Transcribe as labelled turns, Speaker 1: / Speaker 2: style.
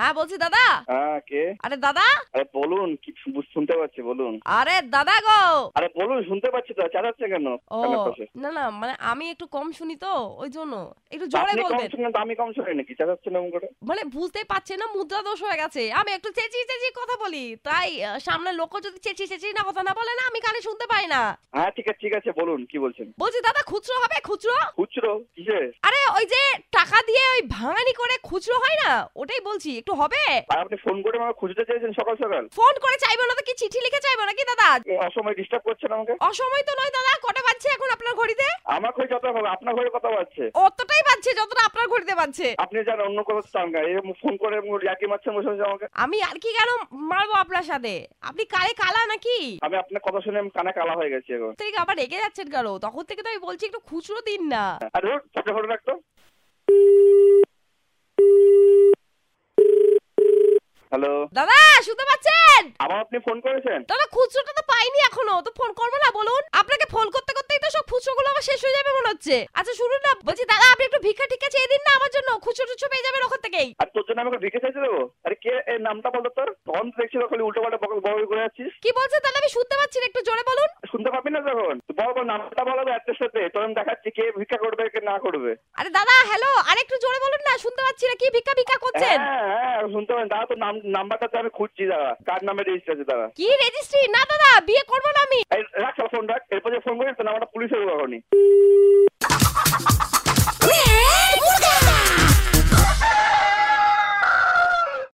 Speaker 1: হ্যাঁ বলছি দাদা
Speaker 2: হ্যাঁ কে
Speaker 1: আরে দাদা
Speaker 2: আরে বলুন কি বু- শুনতে পাচ্ছি বলুন
Speaker 1: আরে দাদা গো
Speaker 2: আরে বলুন শুনতে পাচ্ছি তো চালাচ্ছে কেন
Speaker 1: ও
Speaker 2: কানের পাশে।
Speaker 1: না না মানে আমি একটু কম শুনি তো ওই জন্য একটু জোরে
Speaker 2: আপনি কম
Speaker 1: বলবেন
Speaker 2: শুনেন তো আমি কম শুনি নাকি চালাচ্ছেন এমন করে
Speaker 1: মানে বুঝতেই পারছে না মুদ্রা দোষ হয়ে গেছে আমি একটু চেঁচিয়ে চেঁচিয়ে কথা বলি তাই আহ, সামনে লোক যদি চেঁচিয়ে চেঁচিয়ে না কথা না বলে না আমি কানে শুনতে পাই না
Speaker 2: হ্যাঁ ঠিক আছে ঠিক আছে বলুন কি বলছেন
Speaker 1: বলছি দাদা খুচরো হবে খুচরো
Speaker 2: খুচরো কিসে
Speaker 1: আরে ওই যে টাকা দিয়ে ওই ভাঙানি করে খুচরো হয় না ওটাই বলছি একটু হবে
Speaker 2: আর আপনি ফোন করে আমাকে খুঁজতে চাইছেন সকাল সকাল
Speaker 1: ফোন করে চাইবো না তো কি চিঠি লিখে চাইবো নাকি দাদা
Speaker 2: এ, অসময়ে ডিস্টার্ব করছেন আমাকে
Speaker 1: অসময় তো নয় দাদা কটা বাজছে এখন আপনার ঘড়িতে
Speaker 2: আমার ঘরে যত হবে আপনার ঘরে কথা বাড়ছে
Speaker 1: অতটাই বাজছে যতটা আপনার ঘড়িতে বাজছে
Speaker 2: আপনি যার অন্য কোথাও চান না এরকম ফোন করে এরকম ইয়াকি মারছেন বসে বসে আমাকে
Speaker 1: আমি আর কি কেন মারবো আপনার সাথে আপনি কালে কালা নাকি
Speaker 2: আমি আপনার কথা শুনে আমি কানা কালা হয়ে গেছি এখন
Speaker 1: থেকে আবার রেগে যাচ্ছেন কেন তখন থেকে তো আমি বলছি একটু খুচরো দিন না
Speaker 2: আরে ধুর, ফটো ফটো রাখতো হ্যালো
Speaker 1: দাদা শুনতে পাচ্ছেন
Speaker 2: আবার আপনি ফোন করেছেন
Speaker 1: দাদা খুচরোটা তো পাইনি এখনো তো ফোন করবো না বলুন আপনাকে ফোন করতে করতেই তো সব খুচরোগুলো আমার শেষ হয়ে যাবে মনে হচ্ছে আচ্ছা শুনুন না বলছি দাদা আপনি একটু ভিক্ষা টিক্ষা চেয়ে দিন না আমার জন্য খুচরো টুচরো পেয়ে যাবেন ওখান থেকেই
Speaker 2: আর তোর জন্য আমাকে ভিকে চাইছে দেবো আরে কে এর নামটা বলতো তোর তখন তো দেখছি খালি উল্টো পাল্টা বকল বকল করে যাচ্ছিস
Speaker 1: কি বলছেন তাহলে আমি শুনতে পাচ্ছি না একটু জোরে বলুন
Speaker 2: শুনতে পাবি না তখন তো বল বল নামটা বলো অ্যাড্রেস সাথে তখন দেখাচ্ছি কে ভিক্ষা করবে কে না করবে
Speaker 1: আরে দাদা হ্যালো আর একটু জোরে বলুন না শুনতে পাচ্ছি না কি ভিক্ষা ভিক্ষা করছেন
Speaker 2: হ্যাঁ হ্যাঁ শুনতে পাবেন দাদা তোর নাম নাম্বারটাতে আমি খুঁজছি দাদা কার নামে রেজিস্টার আছে দাদা
Speaker 1: কি রেজিস্ট্রি না দাদা বিয়ে করবো না আমি
Speaker 2: এই রাখ ফোন রাখ এরপর যে ফোন করিস তো নাম্বারটা পুলিশের কখনই
Speaker 1: Yeah!